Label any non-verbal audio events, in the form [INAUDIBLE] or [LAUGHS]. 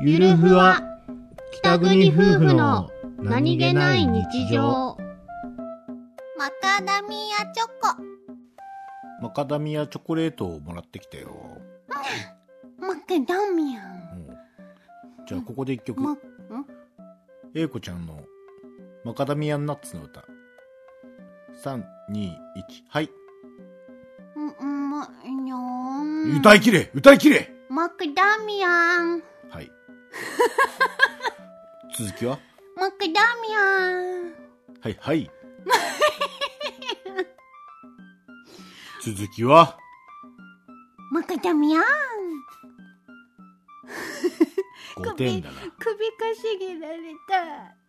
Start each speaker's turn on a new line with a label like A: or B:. A: ゆるふわ北国夫婦の
B: マカダミアチョコ
A: マカダミアチョコレートをもらってきたよ、
B: マカダミ
A: う
B: ア
A: んじゃあここで一曲
B: まん
A: 英子ちゃんのマカダミアンナッツの歌321はい、
B: うんまにょーん
A: 歌いきれ歌いきれ
B: マクダミアン
A: はい [LAUGHS] 続きは
B: マクダミアン
A: はいはい [LAUGHS] 続きは
B: マクダミアン
A: 5点だな
B: 首かしげられた